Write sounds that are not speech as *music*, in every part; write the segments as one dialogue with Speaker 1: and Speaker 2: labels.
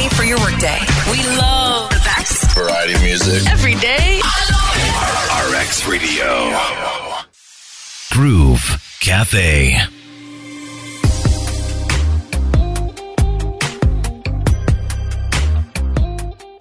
Speaker 1: Weekday. We love the best
Speaker 2: Variety music.
Speaker 1: every day.
Speaker 2: RX Radio.
Speaker 3: Groove Cafe.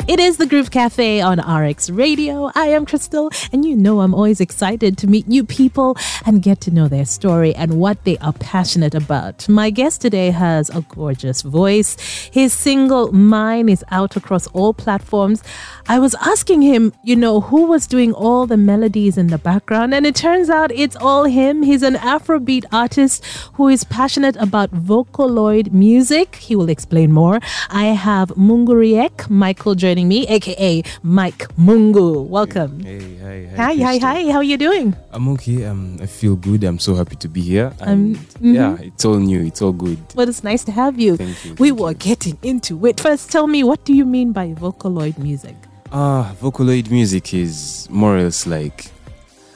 Speaker 4: It is the Groove Cafe on RX Radio. I am Crystal, and you know I'm always excited to meet new people and get to know their story and what they are passionate about. My guest today has a gorgeous voice. His single Mine is out across all platforms. I was asking him, you know, who was doing all the melodies in the background, and it turns out it's all him. He's an Afrobeat artist who is passionate about Vocaloid music. He will explain more. I have Munguriek Michael joining me, aka Mike Mungu. Welcome.
Speaker 5: Hey, hi,
Speaker 4: Hi,
Speaker 5: hi.
Speaker 4: hi,
Speaker 5: Crystal.
Speaker 4: hi. How are you doing?
Speaker 5: I'm okay. Um, I feel good. I'm so happy to be here. And Yeah,
Speaker 4: mm-hmm.
Speaker 5: it's all new. It's all good.
Speaker 4: Well, it's nice to have you.
Speaker 5: Thank you,
Speaker 4: We
Speaker 5: thank
Speaker 4: were getting into it. First, tell me, what do you mean by Vocaloid music?
Speaker 5: Ah, Vocaloid music is more or less like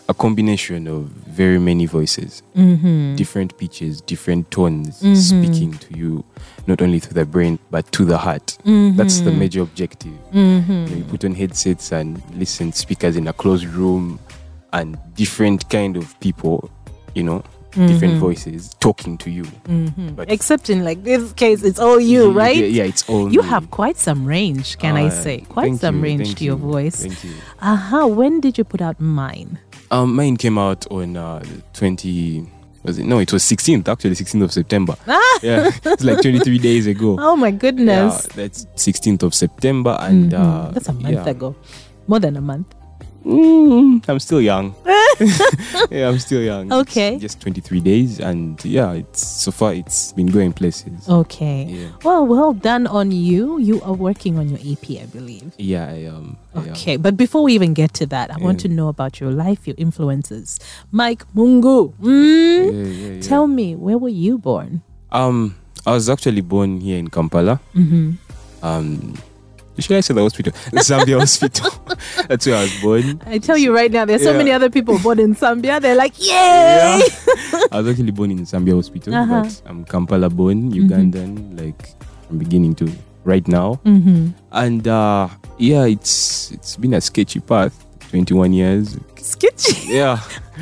Speaker 5: a combination of very many voices, mm-hmm. different pitches, different tones,
Speaker 4: Mm-hmm.
Speaker 5: speaking to you, not only to the brain, but to the heart. That's
Speaker 4: Mm-hmm.
Speaker 5: the major objective. You, know, you put on headsets and listen speakers in a closed room and different kind of people, you know, different
Speaker 4: Mm-hmm.
Speaker 5: voices talking to you. But
Speaker 4: Except in like this case, it's all Mm-hmm. you,
Speaker 5: Yeah,
Speaker 4: right?
Speaker 5: Yeah, it's all.
Speaker 4: You
Speaker 5: me.
Speaker 4: have quite some range, can I
Speaker 5: Ah,
Speaker 4: say? Quite
Speaker 5: thank
Speaker 4: some
Speaker 5: you,
Speaker 4: range
Speaker 5: thank
Speaker 4: to your
Speaker 5: you,
Speaker 4: voice.
Speaker 5: Thank you.
Speaker 4: Aha, when did you put out mine?
Speaker 5: Um, mine came out on uh, twenty. Was it? No, it was sixteenth. Actually, sixteenth of September. Yeah, it's like twenty three days ago.
Speaker 4: Ah! *laughs* Oh my
Speaker 5: yeah,
Speaker 4: goodness. Mm-hmm.
Speaker 5: that's sixteenth of September, and uh,
Speaker 4: That's a month
Speaker 5: yeah.
Speaker 4: ago. More than a month.
Speaker 5: Mm, *laughs* I'm
Speaker 4: *laughs*
Speaker 5: still young. *laughs* yeah, I'm still young. It's
Speaker 4: Okay.
Speaker 5: just twenty three days, and yeah, it's so far it's been going places.
Speaker 4: Oh. Okay.
Speaker 5: Yeah.
Speaker 4: Well, well done on you. You are working on your EP, I believe.
Speaker 5: Yeah, I um. I, um,
Speaker 4: Okay, but before we even get to that, I want to know about your life, your influences. Mike Mungu, mm,
Speaker 5: yeah, yeah, yeah.
Speaker 4: tell me, where were you born?
Speaker 5: Um, I was actually born here in Kampala. Mm-hmm. Um, should I say the hospital? The Zambia *laughs* hospital. That's where I was born.
Speaker 4: I tell you right now, there's so
Speaker 5: Yeah.
Speaker 4: many other people born in Zambia. They're like, yay!
Speaker 5: I was actually born in Zambia hospital,
Speaker 4: Uh-huh. Mm-hmm.
Speaker 5: but I'm Kampala born, Ugandan, like from beginning to right now.
Speaker 4: Mhm.
Speaker 5: And uh, yeah, it's it's been a sketchy path. 21 years.
Speaker 4: Sketchy.
Speaker 5: Yeah,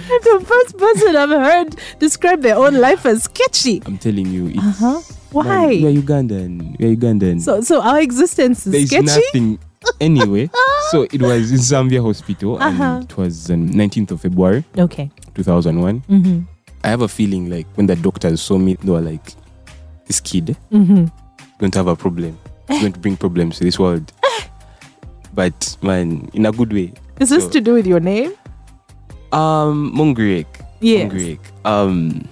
Speaker 4: You're the first person I've heard describe their own life as sketchy.
Speaker 5: I'm telling you. It's,
Speaker 4: Uh-huh. Why?
Speaker 5: Man, we are Ugandan. We are Ugandan.
Speaker 4: So, so our existence is
Speaker 5: there's
Speaker 4: sketchy.
Speaker 5: nothing
Speaker 4: *laughs*
Speaker 5: anyway. so it was in Zambia Hospital,
Speaker 4: Uh-huh.
Speaker 5: and it was um, 19th of February
Speaker 4: Okay.
Speaker 5: 2001.
Speaker 4: Mhm.
Speaker 5: I have a feeling like when the doctors saw me, they were like, "This kid
Speaker 4: Mhm.
Speaker 5: going to have a problem.
Speaker 4: Eh.
Speaker 5: He's going to bring problems to this world." but man, in a good way.
Speaker 4: Is this
Speaker 5: So-
Speaker 4: to do with your name?
Speaker 5: Um, Mungriek.
Speaker 4: Yes.
Speaker 5: Mungriek. Um,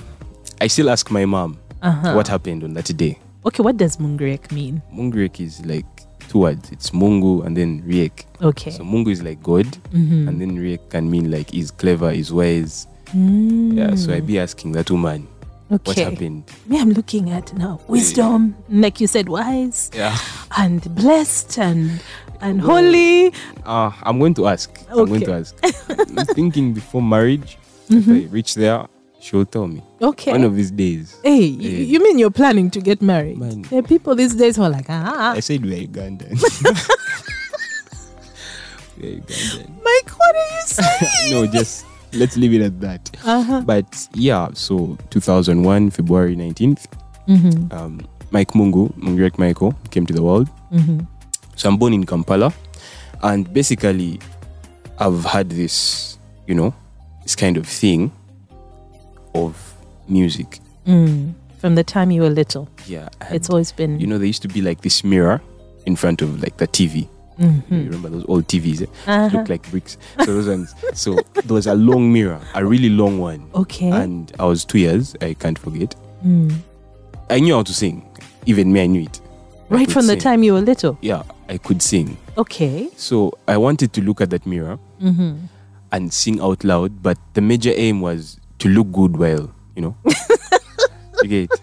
Speaker 5: I still ask my mom
Speaker 4: Uh-huh.
Speaker 5: what happened on that day.
Speaker 4: Okay, what does Mungriek mean?
Speaker 5: Mungriek is like two words. It's Mungu and then Riek.
Speaker 4: Okay. Mm-hmm.
Speaker 5: So Mungu is like God, and then Riek can mean like he's clever, he's wise. Yeah, so i be asking that woman
Speaker 4: Mm. okay.
Speaker 5: what happened.
Speaker 4: Me, I'm looking at now wisdom, like you said, wise
Speaker 5: Yeah,
Speaker 4: and blessed and and holy.
Speaker 5: uh, I'm going to ask. I'm
Speaker 4: Okay.
Speaker 5: going
Speaker 4: Mm-hmm.
Speaker 5: to ask. I'm thinking before marriage, if I reach there, she'll tell me
Speaker 4: Okay.
Speaker 5: one of these days.
Speaker 4: hey, you,
Speaker 5: Hey.
Speaker 4: you mean you're planning to get married?
Speaker 5: Man.
Speaker 4: There are people these days who are like, ah, ah,
Speaker 5: I said we're *laughs* Ugandan.
Speaker 4: *laughs*
Speaker 5: we're Ugandan.
Speaker 4: Mike, what are you
Speaker 5: *laughs*
Speaker 4: saying?
Speaker 5: no, just let's leave it at that.
Speaker 4: uh-huh.
Speaker 5: But yeah, so 2001 February 19th,
Speaker 4: mm-hmm,
Speaker 5: um, Mike Mungu, Mungirek Michael, came to the world.
Speaker 4: mm-hmm.
Speaker 5: So I'm born in Kampala, and basically, I've had this, you know, this kind of thing of music.
Speaker 4: Mm. From the time you were little,
Speaker 5: Yeah, and,
Speaker 4: it's always been.
Speaker 5: you know, there used to be like this mirror in front of like the TV. You remember those old TVs? eh?
Speaker 4: Mm-hmm. Uh-huh.
Speaker 5: Look like bricks. So those ones. So there was a long mirror, a really long one.
Speaker 4: okay.
Speaker 5: And I was two years. I can't forget.
Speaker 4: Mm.
Speaker 5: I knew how to sing. Even me, I knew it. I
Speaker 4: Right
Speaker 5: could
Speaker 4: from the
Speaker 5: sing.
Speaker 4: time you were little.
Speaker 5: Yeah, I could sing.
Speaker 4: Okay.
Speaker 5: So I wanted to look at that mirror
Speaker 4: Mm-hmm.
Speaker 5: and sing out loud, but the major aim was to look good while,
Speaker 4: *laughs*
Speaker 5: you know. you get it?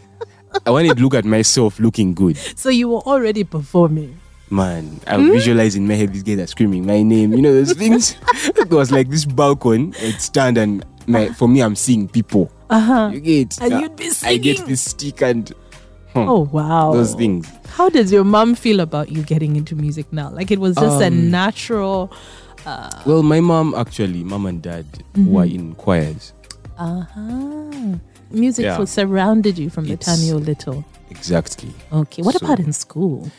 Speaker 5: I wanted to look at myself looking good.
Speaker 4: So you were already performing.
Speaker 5: Man, I
Speaker 4: Hmm?
Speaker 5: was visualizing my head, these guys are screaming my name, you
Speaker 4: *laughs*
Speaker 5: know, those things. it was like this balcony, I'd stand and my, for me, I'm seeing people.
Speaker 4: Uh huh.
Speaker 5: You get it?
Speaker 4: And
Speaker 5: Yeah.
Speaker 4: you'd be
Speaker 5: I get
Speaker 4: singing.
Speaker 5: this stick and
Speaker 4: Oh wow.
Speaker 5: Hmm. Those things.
Speaker 4: How does your mom feel about you getting into music now? Like it was just a
Speaker 5: Um,
Speaker 4: natural
Speaker 5: Well, my mom actually, mom and dad
Speaker 4: Mm-hmm.
Speaker 5: were in choirs.
Speaker 4: uh-huh. music
Speaker 5: Yeah.
Speaker 4: was surrounded you from the time
Speaker 5: It's-
Speaker 4: you were little.
Speaker 5: Exactly.
Speaker 4: Okay. What
Speaker 5: so-
Speaker 4: about in school?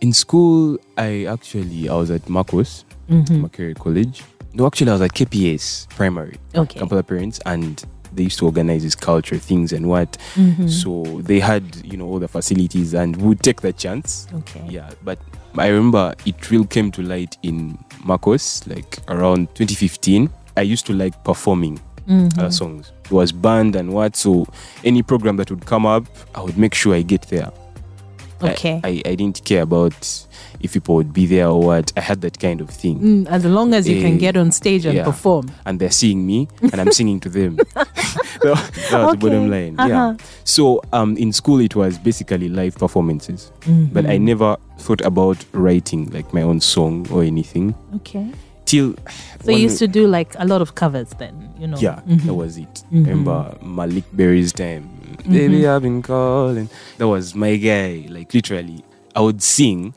Speaker 5: In school, I actually I was at Marcos,
Speaker 4: Mm-hmm.
Speaker 5: Macquarie College. No, actually, I was at KPS Primary.
Speaker 4: Okay.
Speaker 5: Kampala parents, and they used to organize these culture things and what.
Speaker 4: Mm-hmm.
Speaker 5: So they had you know all the facilities, and would take the chance.
Speaker 4: Okay.
Speaker 5: Yeah, but I remember it really came to light in Marcos, like around 2015. I used to like performing
Speaker 4: Mm-hmm.
Speaker 5: uh, songs. It was band and what. So any program that would come up, I would make sure I get there. I-
Speaker 4: Okay.
Speaker 5: I, I, didn't care about if people would be there or what. I had that kind of thing.
Speaker 4: Mm, as long as you can
Speaker 5: Eh,
Speaker 4: get on stage and
Speaker 5: yeah.
Speaker 4: perform.
Speaker 5: And they're seeing me and I'm singing
Speaker 4: *laughs*
Speaker 5: to them. *laughs* that, that was the bottom
Speaker 4: Okay, Uh-huh.
Speaker 5: line. Yeah. So um, in school, it was basically live performances.
Speaker 4: Mm-hmm.
Speaker 5: But I never thought about writing like my own song or anything
Speaker 4: Okay.
Speaker 5: till.
Speaker 4: So you used to do like a lot of covers then, you know.
Speaker 5: Yeah, that was it. Remember Malik Berry's time? Baby, I've been calling. That was my guy. Like literally, I would sing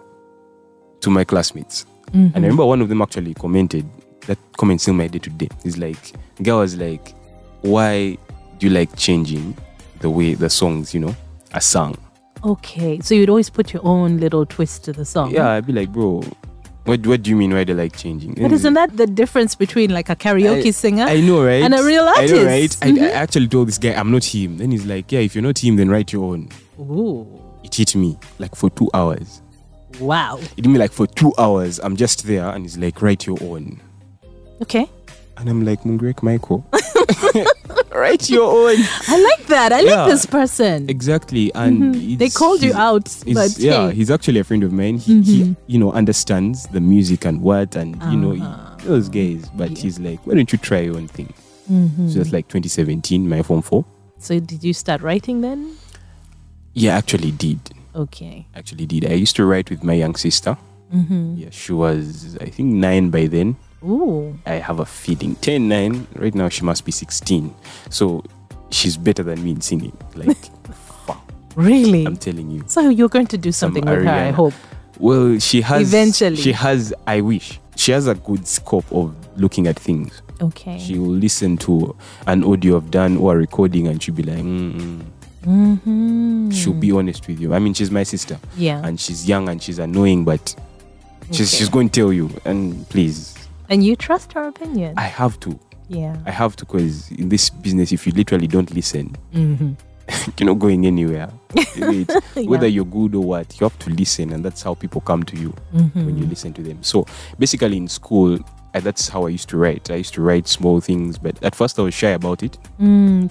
Speaker 5: to my classmates, and I remember one of them actually commented. That comment still my day to day. It's like, girl was like, why do you like changing the way the songs, you know, are sung?
Speaker 4: Okay. So you'd always put your own little twist to the song.
Speaker 5: Yeah, I'd be like, bro, what what do you mean? Why do you like changing?
Speaker 4: But isn't that the difference between like a karaoke
Speaker 5: I-
Speaker 4: singer?
Speaker 5: I know, right?
Speaker 4: and a real
Speaker 5: I know, right?
Speaker 4: artist. Mm-hmm.
Speaker 5: I- I, actually told this guy, I'm not him. Then he's like, Yeah, if you're not him, then write your own.
Speaker 4: Mm-hmm. Ooh.
Speaker 5: It hit me like for two hours.
Speaker 4: Wow.
Speaker 5: It hit me like for two hours. I'm just there, and he's like, Write your own.
Speaker 4: Okay.
Speaker 5: And I'm like, Mungrek Michael, *laughs* write your own.
Speaker 4: I like that. I
Speaker 5: Yeah.
Speaker 4: like this person.
Speaker 5: Exactly. And
Speaker 4: Mm-hmm. They
Speaker 5: it's-
Speaker 4: called you
Speaker 5: he's-
Speaker 4: out,
Speaker 5: he's-
Speaker 4: but
Speaker 5: yeah,
Speaker 4: hey. Mm-hmm.
Speaker 5: he's actually a friend of mine. He, he, you know, understands the music and what, and you know,
Speaker 4: Ah.
Speaker 5: he- those guys. But he's like, why don't you try your own thing?
Speaker 4: Mm-hmm.
Speaker 5: So that's like 2017, my form four.
Speaker 4: So did you start writing then?
Speaker 5: Yeah, actually did.
Speaker 4: Okay.
Speaker 5: Actually did. I used to write with my young sister.
Speaker 4: Mm-hmm.
Speaker 5: Yeah, she was I think nine by then.
Speaker 4: Ooh.
Speaker 5: I have a feeling 10, 9. Right now she must be sixteen. So she's better than me in singing.
Speaker 4: *laughs*
Speaker 5: Like
Speaker 4: Really?
Speaker 5: I'm telling you.
Speaker 4: so you're going to do something with her, I
Speaker 5: Ariana.
Speaker 4: hope.
Speaker 5: Well, she has
Speaker 4: Eventually.
Speaker 5: She has. I wish she has a good scope of looking at things.
Speaker 4: Okay.
Speaker 5: She will listen to an audio I've done or a recording, and she'll be like, Mm-mm.
Speaker 4: Mm-hmm.
Speaker 5: she'll be honest with you. I mean, she's my sister.
Speaker 4: Yeah.
Speaker 5: and she's young and she's annoying, but she's
Speaker 4: Okay.
Speaker 5: she's going to tell you. And please,
Speaker 4: and you trust her opinion.
Speaker 5: I have to.
Speaker 4: yeah.
Speaker 5: I have to because in this business, if you literally don't listen, *laughs* you're not going anywhere. Wait, Whether you're good or what, you have to listen, and that's how people come to you when you listen to them. So basically, in school, I, that's how I used to write. I used to write small things, but at first I was shy about it.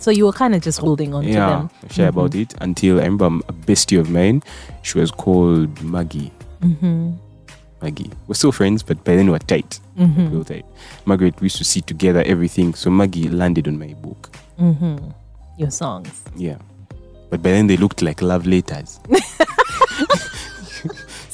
Speaker 4: so you were kind of just holding on to
Speaker 5: yeah,
Speaker 4: them. Mm-hmm.
Speaker 5: shy about it until I remember a bestie of mine. She was called Maggie.
Speaker 4: Mm-hmm.
Speaker 5: Maggie. We're still friends, but by then we we're tight.
Speaker 4: Mm-hmm.
Speaker 5: We were tight. Margaret, we used to sit together, everything. So Maggie landed on my book.
Speaker 4: Your songs.
Speaker 5: Yeah. But by then they looked like
Speaker 4: *laughs*
Speaker 5: love letters. *laughs*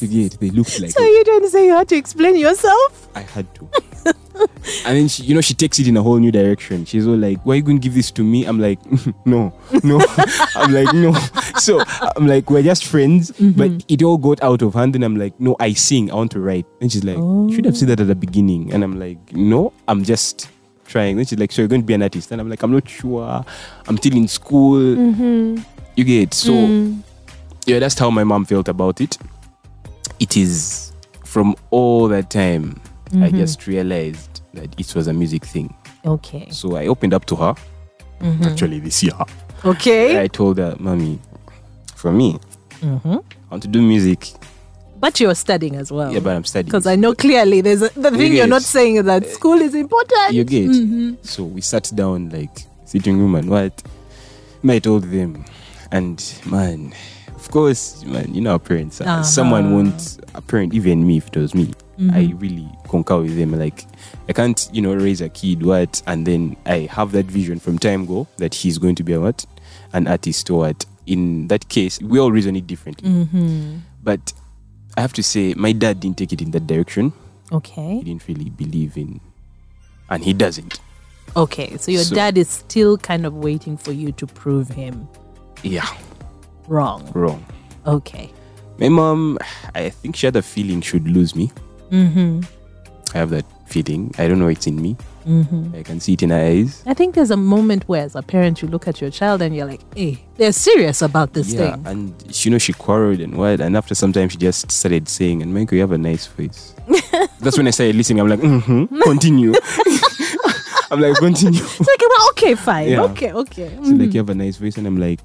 Speaker 5: You get, they looked like
Speaker 4: So you're trying to say you had to explain yourself?
Speaker 5: I had to. *laughs* and then she, you know, she takes it in a whole new direction. She's all like, "Why are you going to give this to me?" I'm like, *laughs* "No, no." *laughs* I'm like, "No." *laughs* So I'm like, "We're just friends," but it all got out of hand. And I'm like, "No, I sing. I want to write." And she's like, "You should have said that at the beginning." And I'm like, "No, I'm just." Trying. Then she's like, "So you're going to be an artist?" And I'm like, "I'm not sure. I'm still in school. You get so." Yeah, that's how my mom felt about it it is from all that time i
Speaker 4: Mm-hmm.
Speaker 5: just realized that it was a music thing
Speaker 4: Okay.
Speaker 5: so i opened up to her
Speaker 4: Mm-hmm.
Speaker 5: actually this year
Speaker 4: Okay.
Speaker 5: i told her mommy for me
Speaker 4: Mm-hmm.
Speaker 5: i want to do music
Speaker 4: But you're studying as well.
Speaker 5: yeah but uh, i'm studying
Speaker 4: because I know clearly there's a, the thing you're
Speaker 5: get-
Speaker 4: not saying is that school is important.
Speaker 5: you get so we sat down like sitting room and what And I told them and man of course man you know our parents uh, someone won't a parent even me if it was me i really concur with them like i can't you know raise a kid what and then i have that vision from time go that he's going to be a what an artist or what in that case we all reason it differently but i have to say my dad didn't take it in that direction he
Speaker 4: Okay.
Speaker 5: didn't really believe in and he doesn't
Speaker 4: Okay. So your
Speaker 5: So-
Speaker 4: dad is still kind of waiting for you to prove him
Speaker 5: yeah
Speaker 4: wrong.
Speaker 5: wrong
Speaker 4: Okay.
Speaker 5: My mom, I think she had a feeling she would lose me. I have that feeling. I don't know it's in me. I can see it in her eyes.
Speaker 4: I think there's a moment where, as a parent, you look at your child and you're like, hey, they're serious about this
Speaker 5: Yeah,
Speaker 4: thing.
Speaker 5: and she, you know she quarreled and what, and after some time she just started saying, "And Michael, you have a nice face." That's when I started listening. I'm like, mm-hmm, continue. *laughs* I'm like, continue. She's
Speaker 4: It's like, well, okay, fine.
Speaker 5: Yeah.
Speaker 4: Okay, okay.
Speaker 5: like, you have a nice face, and I'm like,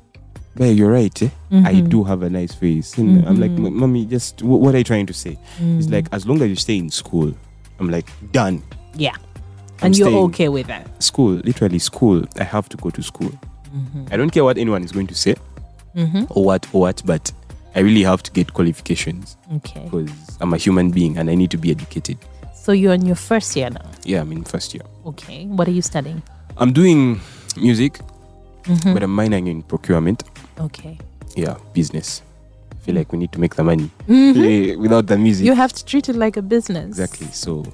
Speaker 5: "Babe, you're right. eh? I do have a nice face." And I'm like, "M- "Mommy, just wh- what are you trying to say?" It's like, as long as you stay in school, I'm like, done.
Speaker 4: Yeah.
Speaker 5: I'm
Speaker 4: and you're
Speaker 5: staying.
Speaker 4: okay with that.
Speaker 5: school, literally school. I have to go to school. I don't care what anyone is going to say or what or what, but I really have to get qualifications
Speaker 4: Okay.
Speaker 5: because I'm a human being and I need to be educated.
Speaker 4: So you're in your first year now.
Speaker 5: Yeah, I'm in first year.
Speaker 4: Okay. What are you studying?
Speaker 5: I'm doing music, but I'm minoring in procurement.
Speaker 4: Okay.
Speaker 5: Yeah, business. I feel like we need to make the money Eh, without the music.
Speaker 4: Mm-hmm. You have to treat it like a business.
Speaker 5: Exactly. So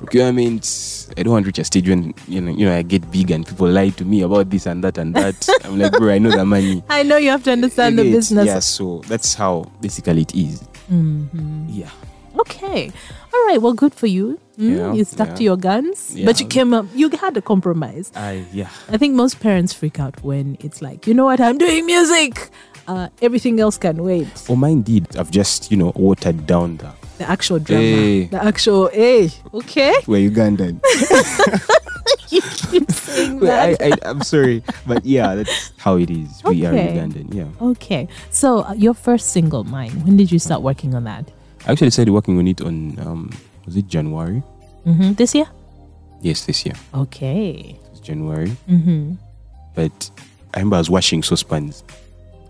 Speaker 5: procurement, I don't want to reach a stage when you know, you know I get big and people lie to me about this and that
Speaker 4: *laughs*
Speaker 5: and that. I'm like, bro, I know the money.
Speaker 4: I know you have to understand the
Speaker 5: It-
Speaker 4: business.
Speaker 5: Yeah, so that's how basically it is.
Speaker 4: Mm-hmm.
Speaker 5: Yeah.
Speaker 4: Okay. All right. Well, good for you. Mm,
Speaker 5: Yeah,
Speaker 4: you stuck
Speaker 5: yeah.
Speaker 4: to your guns, but you
Speaker 5: Yeah.
Speaker 4: came up, you had a compromise.
Speaker 5: I yeah.
Speaker 4: I think most parents freak out when it's like, you know what, I'm doing music. Uh, everything else can wait.
Speaker 5: Oh mine did. I've just, you know, watered down the
Speaker 4: The actual drama.
Speaker 5: Hey.
Speaker 4: The actual, hey, okay. *laughs*
Speaker 5: we're *laughs* Ugandan.
Speaker 4: you keep saying that.
Speaker 5: I, I I'm sorry. But yeah, that's how it is. We are
Speaker 4: Okay.
Speaker 5: Ugandan, yeah.
Speaker 4: Okay. So, uh, your first single, Mine, when did you start working on that?
Speaker 5: I actually started working on it on um was it January?
Speaker 4: hmm This year?
Speaker 5: Yes, this year.
Speaker 4: Okay.
Speaker 5: It was January. Mm-hmm. But I remember I was washing saucepans.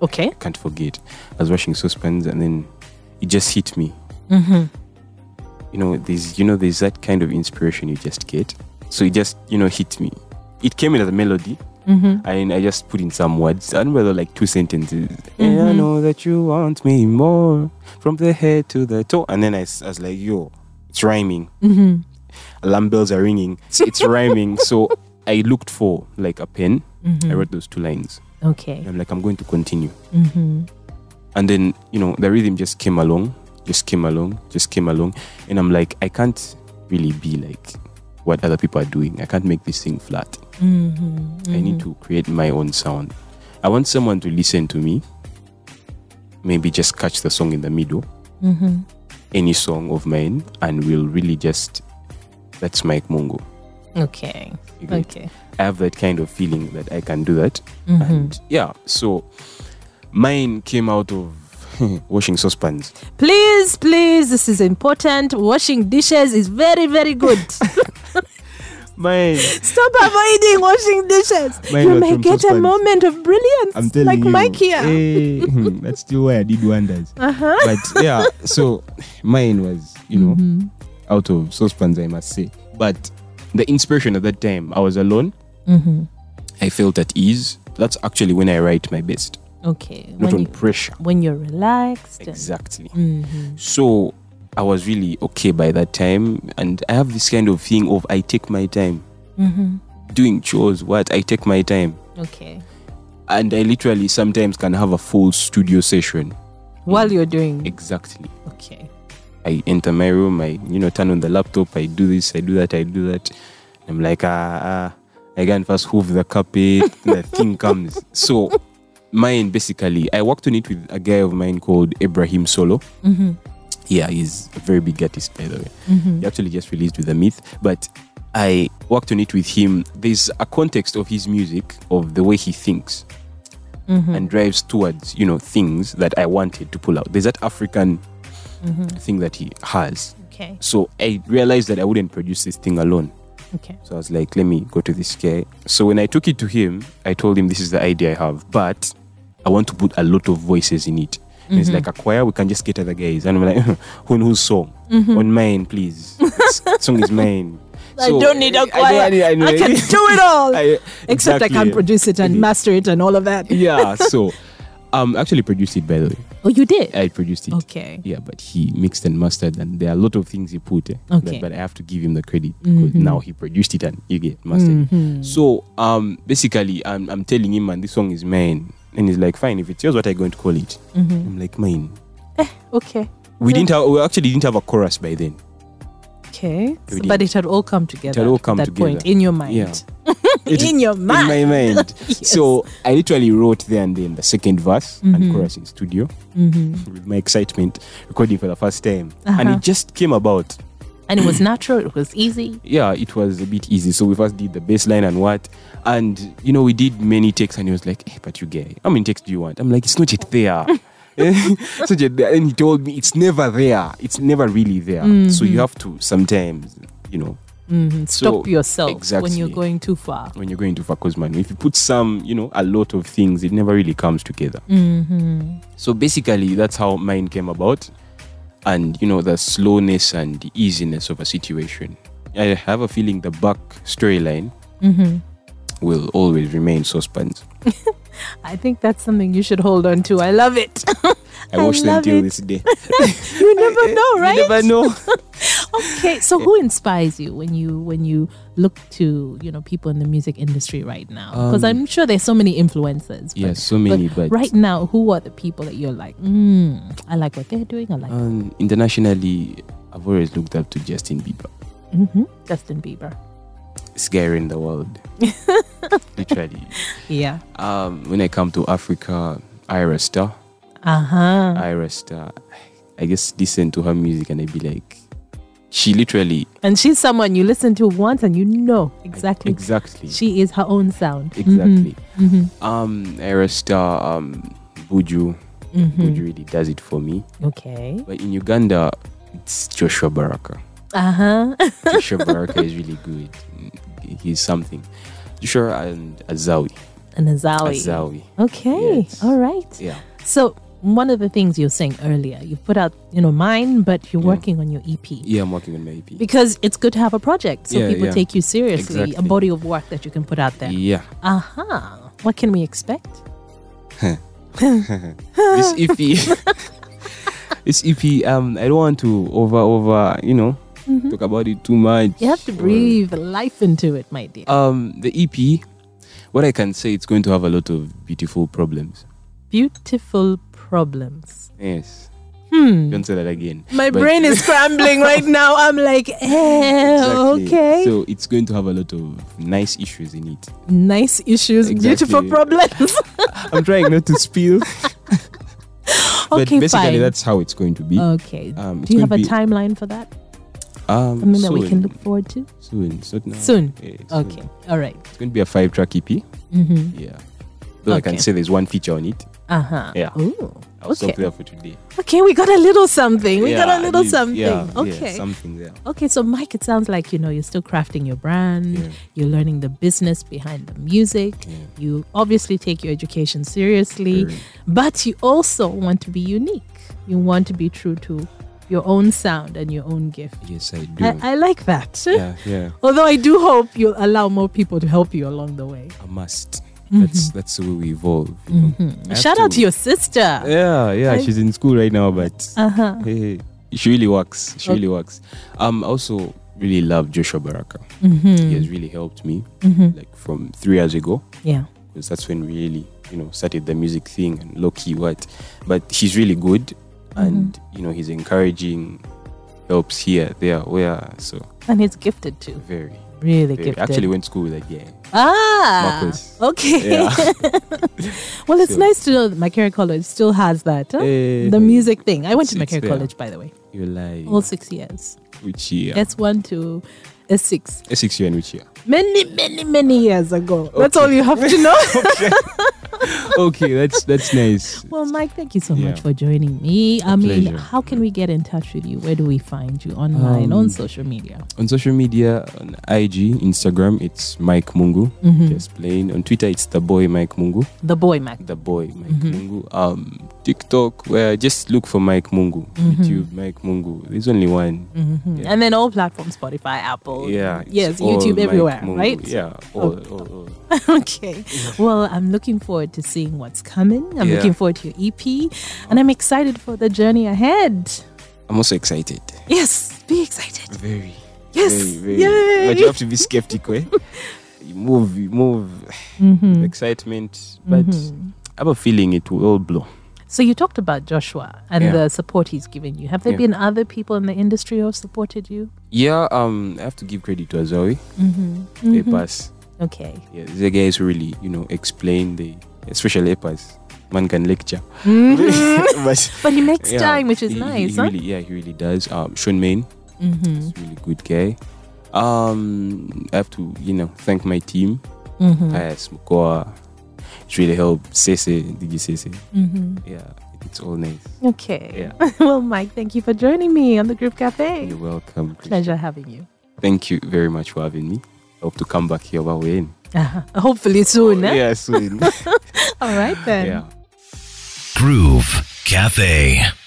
Speaker 4: Okay.
Speaker 5: Can't forget. I was washing saucepans and then it just hit me. Mm-hmm. You know, there's you know, there's that kind of inspiration you just get. So it just, you know, hit me. It came in as a melody. And I just put in some words. I remember there were like two sentences. And I know that you want me more from the head to the toe. And then I, s- I was like, yo, it's rhyming. Alarm bells are ringing. It's, it's rhyming. *laughs* So I looked for like a pen. I wrote those two lines.
Speaker 4: Okay.
Speaker 5: And I'm like, I'm going to continue. And then, you know, the rhythm just came along, just came along, just came along. And I'm like, I can't really be like what other people are doing. I can't make this thing flat. I need to create my own sound. I want someone to listen to me, maybe just catch the song in the middle, any song of mine, and we'll really just, that's Mike Mungo.
Speaker 4: Okay.
Speaker 5: You get it?
Speaker 4: Okay.
Speaker 5: I have that kind of feeling that I can do that.
Speaker 4: Mm-hmm.
Speaker 5: And yeah, so mine came out of *laughs* washing saucepans.
Speaker 4: Please, please, this is important. Washing dishes is very, very
Speaker 5: *laughs*
Speaker 4: good. *laughs*
Speaker 5: Mine.
Speaker 4: Stop avoiding washing dishes.
Speaker 5: Mine
Speaker 4: you
Speaker 5: was
Speaker 4: may
Speaker 5: from
Speaker 4: get a
Speaker 5: Tospan.
Speaker 4: moment of brilliance,
Speaker 5: I'm telling
Speaker 4: like
Speaker 5: you.
Speaker 4: Mike here. Uh-huh.
Speaker 5: eh, hmm, that's still why I did wonders. But yeah, so mine was, you know,
Speaker 4: Mm-hmm.
Speaker 5: out of saucepans, I must say. But the inspiration at that time, I was alone.
Speaker 4: Mm-hmm.
Speaker 5: I felt at ease. That's actually when I write my best,
Speaker 4: Okay.
Speaker 5: not
Speaker 4: When,
Speaker 5: on
Speaker 4: you,
Speaker 5: pressure.
Speaker 4: when you're relaxed. and-
Speaker 5: Exactly. So I was really okay by that time. And I have this kind of thing of I take my time. Doing chores, what? I take my time.
Speaker 4: Okay.
Speaker 5: And I literally sometimes can have a full studio session.
Speaker 4: While you're doing.
Speaker 5: Exactly.
Speaker 4: Okay.
Speaker 5: I enter my room, I, you know, turn on the laptop, I do this, I do that, I do that. I'm like, ah, ah. I can first hoof the carpet, *laughs* the thing comes. So, mine basically, I worked on it with a guy of mine called Ibrahim Solo. Mm-hmm. Yeah, he's a very big artist, by the way. He actually just released with The Myth, but I worked on it with him. There's a context of his music, of the way he thinks and drives towards you know things that I wanted to pull out. There's that African thing that he has.
Speaker 4: Okay.
Speaker 5: So I realized that I wouldn't produce this thing alone.
Speaker 4: Okay.
Speaker 5: So I was like, let me go to this guy. So when I took it to him, I told him this is the idea I have, but I want to put a lot of voices in it. And
Speaker 4: Mm-hmm.
Speaker 5: it's like a choir, we can just get other guys. And I'm like, *laughs* who and whose song? On mine, please. This *laughs* song is mine.
Speaker 4: Mm-hmm. I
Speaker 5: So,
Speaker 4: don't need a choir.
Speaker 5: I, don't- I need- I know.
Speaker 4: I can
Speaker 5: *laughs*
Speaker 4: do it all.
Speaker 5: I-
Speaker 4: Except I
Speaker 5: exactly.
Speaker 4: can't produce it
Speaker 5: *laughs*
Speaker 4: and master it and all of that.
Speaker 5: yeah, so um actually produced it by the way.
Speaker 4: Oh, you did?
Speaker 5: I produced it.
Speaker 4: Okay.
Speaker 5: Yeah, but he mixed and mastered, and there are a lot of things he put. eh, that-
Speaker 4: Okay. Mm-hmm.
Speaker 5: but I have to give him the credit because now he produced it and you get mastered. it. So um, basically, I'm, I'm telling him, and this song is mine. And he's like, fine, if it's yours, what are you going to call it?
Speaker 4: Mm-hmm.
Speaker 5: I'm like, mine.
Speaker 4: Okay.
Speaker 5: We didn't have, we actually didn't have a chorus by then.
Speaker 4: Okay.
Speaker 5: We did.
Speaker 4: but it had all come together.
Speaker 5: all come
Speaker 4: at that point
Speaker 5: together.
Speaker 4: in your mind. *laughs*
Speaker 5: Yeah.
Speaker 4: in your mind.
Speaker 5: In
Speaker 4: *laughs*
Speaker 5: my mind. So I literally wrote there and then the second verse
Speaker 4: Mm-hmm.
Speaker 5: and chorus in studio *laughs* with my excitement, recording for the first time. And
Speaker 4: Uh-huh.
Speaker 5: it just came about.
Speaker 4: and it was natural. It was easy.
Speaker 5: Yeah, it was a bit easy. So we first did the bass line and what. And, you know, we did many takes and he was like, hey, but you guy, how many takes do you want? I'm like, it's not yet there. *laughs* it's not yet there. And he told me, it's never there. It's never really there. So you have to sometimes, you know,
Speaker 4: Mm-hmm. Stop
Speaker 5: So,
Speaker 4: yourself when you're
Speaker 5: exactly.
Speaker 4: going too far.
Speaker 5: when you're going to Fakosman, if you put some, you know, a lot of things, it never really comes together.
Speaker 4: Mm-hmm.
Speaker 5: So basically, that's how mine came about. And, you know, the slowness and the easiness of a situation. I have a feeling the back storyline
Speaker 4: Mm-hmm.
Speaker 5: will always remain suspense.
Speaker 4: I think that's something you should hold on to. I love it. *laughs*
Speaker 5: I
Speaker 4: I
Speaker 5: watch them
Speaker 4: love
Speaker 5: till
Speaker 4: it. *laughs*
Speaker 5: this day.
Speaker 4: you never know, right?
Speaker 5: You never know.
Speaker 4: Okay, so who inspires you when you when you look to you know people in the music industry right now? Because I'm sure there's so many influences. but-
Speaker 5: Yes, Um, so many, but,
Speaker 4: right now, who are the people that you're like? Mm, I like what they're doing. I like
Speaker 5: um, internationally, I've always looked up to Justin Bieber.
Speaker 4: Justin Bieber.
Speaker 5: This guy in
Speaker 4: *laughs*
Speaker 5: the world. Literally.
Speaker 4: Yeah.
Speaker 5: Um, when I come to Africa, Ira Star.
Speaker 4: Uh huh.
Speaker 5: Ira Star. I just listen to her music and I be like, she literally
Speaker 4: And she's someone you listen to once and you know exactly.
Speaker 5: exactly,
Speaker 4: She Mm-hmm. is her own sound.
Speaker 5: exactly. Um, Ira Star, um, Buju,
Speaker 4: Mm-hmm.
Speaker 5: Buju really does it for me.
Speaker 4: Okay.
Speaker 5: But in Uganda, it's Joshua Baraka.
Speaker 4: Uh huh.
Speaker 5: Joshua Baraka is really good. He's something. Joshua and Azawi.
Speaker 4: and Azawi. Oh.
Speaker 5: Azawi.
Speaker 4: Okay.
Speaker 5: Yes.
Speaker 4: All right.
Speaker 5: Yeah.
Speaker 4: So one of the things you were saying earlier, you put out, you know, mine, but you're working on your E EP.
Speaker 5: Yeah, I'm working on my E EP.
Speaker 4: Because it's good to have a project so
Speaker 5: Yeah,
Speaker 4: people
Speaker 5: yeah.
Speaker 4: take you seriously, a
Speaker 5: Exactly.
Speaker 4: body of work that you can put out there.
Speaker 5: Yeah.
Speaker 4: Aha. What can we expect?
Speaker 5: this
Speaker 4: *laughs*
Speaker 5: EP. this EP. Um, I don't want to over over. You know,
Speaker 4: Mm-hmm.
Speaker 5: talk about it too much.
Speaker 4: You have to breathe life into it, my dear.
Speaker 5: Um, the EP. What I can say, it's going to have a lot of beautiful problems.
Speaker 4: Beautiful problems.
Speaker 5: Yes. Hmm. Don't say that again.
Speaker 4: My
Speaker 5: But-
Speaker 4: brain is scrambling right now. I'm like, eh,
Speaker 5: *laughs* Exactly.
Speaker 4: okay.
Speaker 5: So it's going to have a lot of nice issues in it.
Speaker 4: nice issues, beautiful
Speaker 5: Exactly.
Speaker 4: problems.
Speaker 5: I'm trying not to
Speaker 4: *laughs*
Speaker 5: spill. *laughs* but
Speaker 4: okay,
Speaker 5: basically,
Speaker 4: fine.
Speaker 5: that's how it's going to be.
Speaker 4: okay.
Speaker 5: um, it's
Speaker 4: Do you have
Speaker 5: gonna
Speaker 4: a
Speaker 5: be-
Speaker 4: timeline for that?
Speaker 5: um,
Speaker 4: Something that we
Speaker 5: soon,
Speaker 4: can look forward to?
Speaker 5: soon. It's not now.
Speaker 4: Soon.
Speaker 5: Yeah, it's soon.
Speaker 4: Okay. All right.
Speaker 5: It's going to be a five-track EP. Mm-hmm. Yeah. Though I
Speaker 4: Okay.
Speaker 5: can say there's one feature on it.
Speaker 4: Uh huh.
Speaker 5: Yeah.
Speaker 4: Ooh.
Speaker 5: I'll
Speaker 4: Okay.
Speaker 5: stop there for today.
Speaker 4: Okay, we got a little something. We got a little
Speaker 5: you-
Speaker 4: something.
Speaker 5: yeah, yeah,
Speaker 4: okay.
Speaker 5: something there.
Speaker 4: okay, so Mike, it sounds like you know you're still crafting your brand.
Speaker 5: Yeah.
Speaker 4: You're learning the business behind the music. You obviously take your education seriously,
Speaker 5: Very.
Speaker 4: but you also want to be unique. You want to be true to your own sound and your own gift.
Speaker 5: Yes, I do.
Speaker 4: I, I like that.
Speaker 5: yeah, yeah.
Speaker 4: Although I do hope you'll allow more people to help you along the way.
Speaker 5: I must. That's that's the way we evolve. You know? I have
Speaker 4: Mm-hmm. Shout out to your sister.
Speaker 5: Yeah, yeah.
Speaker 4: I- Uh-huh.
Speaker 5: she's in school right now, but hey, she really works. She really works. Um, I also really love Joshua Baraka.
Speaker 4: Mm-hmm.
Speaker 5: He has really helped me, like from three years ago,
Speaker 4: yeah.
Speaker 5: because that's when we really, you know, started the music thing and low key what. But he's really good, and you know, he's encouraging, helps here, there, where. So
Speaker 4: And he's gifted too.
Speaker 5: very.
Speaker 4: Really
Speaker 5: Yeah,
Speaker 4: gifted.
Speaker 5: Eh, Actually, went to school with that guy.
Speaker 4: Ah,
Speaker 5: Marcus.
Speaker 4: okay.
Speaker 5: Yeah.
Speaker 4: well, it's
Speaker 5: So-
Speaker 4: nice to know that Macquarie College still has that. huh?
Speaker 5: Eh,
Speaker 4: the music thing. I went to
Speaker 5: it's- it's
Speaker 4: Macquarie
Speaker 5: there.
Speaker 4: College, by the way,
Speaker 5: You're like
Speaker 4: all six years.
Speaker 5: which year?
Speaker 4: S1 to S6.
Speaker 5: A six year and which year?
Speaker 4: Many, many, many years ago. That's all you have to
Speaker 5: *laughs*
Speaker 4: know.
Speaker 5: okay, that's that's nice.
Speaker 4: well, Mike, thank you so much
Speaker 5: Yeah.
Speaker 4: for joining me. I mean,
Speaker 5: pleasure.
Speaker 4: how can we get in touch with you? Where do we find you online,
Speaker 5: Um,
Speaker 4: on social media?
Speaker 5: On social media, on IG, Instagram, it's Mike Mungu. Just plain. On Twitter, it's the boy Mike Mungu.
Speaker 4: The boy, Mac.
Speaker 5: The boy Mike
Speaker 4: Mm-hmm.
Speaker 5: Mungu. Um, TikTok, where just look for Mike Mungu.
Speaker 4: Mm-hmm.
Speaker 5: YouTube, Mike Mungu. There's only one. Yeah.
Speaker 4: And then all platforms Spotify, Apple.
Speaker 5: Yeah. it's
Speaker 4: Mm-hmm. Yes,
Speaker 5: all
Speaker 4: YouTube,
Speaker 5: Mike
Speaker 4: everywhere,
Speaker 5: Mungu.
Speaker 4: right? Oh.
Speaker 5: Yeah. All, all, all.
Speaker 4: *laughs* okay. Well, I'm looking forward to seeing what's coming. I'm
Speaker 5: Yeah.
Speaker 4: looking forward to your EP, and I'm excited for the journey ahead.
Speaker 5: I'm also excited.
Speaker 4: Yes, be excited.
Speaker 5: Very.
Speaker 4: Yes,
Speaker 5: Very,
Speaker 4: yay!
Speaker 5: very. But you have to be
Speaker 4: *laughs* Mm-hmm.
Speaker 5: skeptical. eh? you move, you move. Excitement. But I have a feeling it will all blow.
Speaker 4: So you talked about Joshua and
Speaker 5: Yeah.
Speaker 4: the support he's given you. Have there
Speaker 5: Yeah.
Speaker 4: been other people in the industry who have supported you?
Speaker 5: Yeah, um, I have to give credit to Azawi. Mm-hmm. Epas.
Speaker 4: Okay.
Speaker 5: Yeah, these are guys who really, you know, explain the, especially Epas. Man can lecture. *laughs* but
Speaker 4: But he makes
Speaker 5: yeah,
Speaker 4: time, which is
Speaker 5: he- he-
Speaker 4: nice,
Speaker 5: He
Speaker 4: huh? Mm-hmm.
Speaker 5: really, yeah, he really does. Um, Sean Main, he's a really good guy. Um, I have to, you know, thank my team. Mm-hmm. Mukoa. It's really helped. Sese, DJ Sese.
Speaker 4: Mm.
Speaker 5: Mm-hmm. Yeah, it's all nice.
Speaker 4: Okay.
Speaker 5: Yeah.
Speaker 4: *laughs* well, Mike, thank you for joining me on the Group Cafe.
Speaker 5: You're welcome. Chris.
Speaker 4: Pleasure having you.
Speaker 5: Thank you very much for having me. I hope to come back here while we're in.
Speaker 4: Hopefully soon. eh?
Speaker 5: *laughs* Yeah, soon.
Speaker 4: All right then.
Speaker 5: yeah.
Speaker 3: Groove Cafe.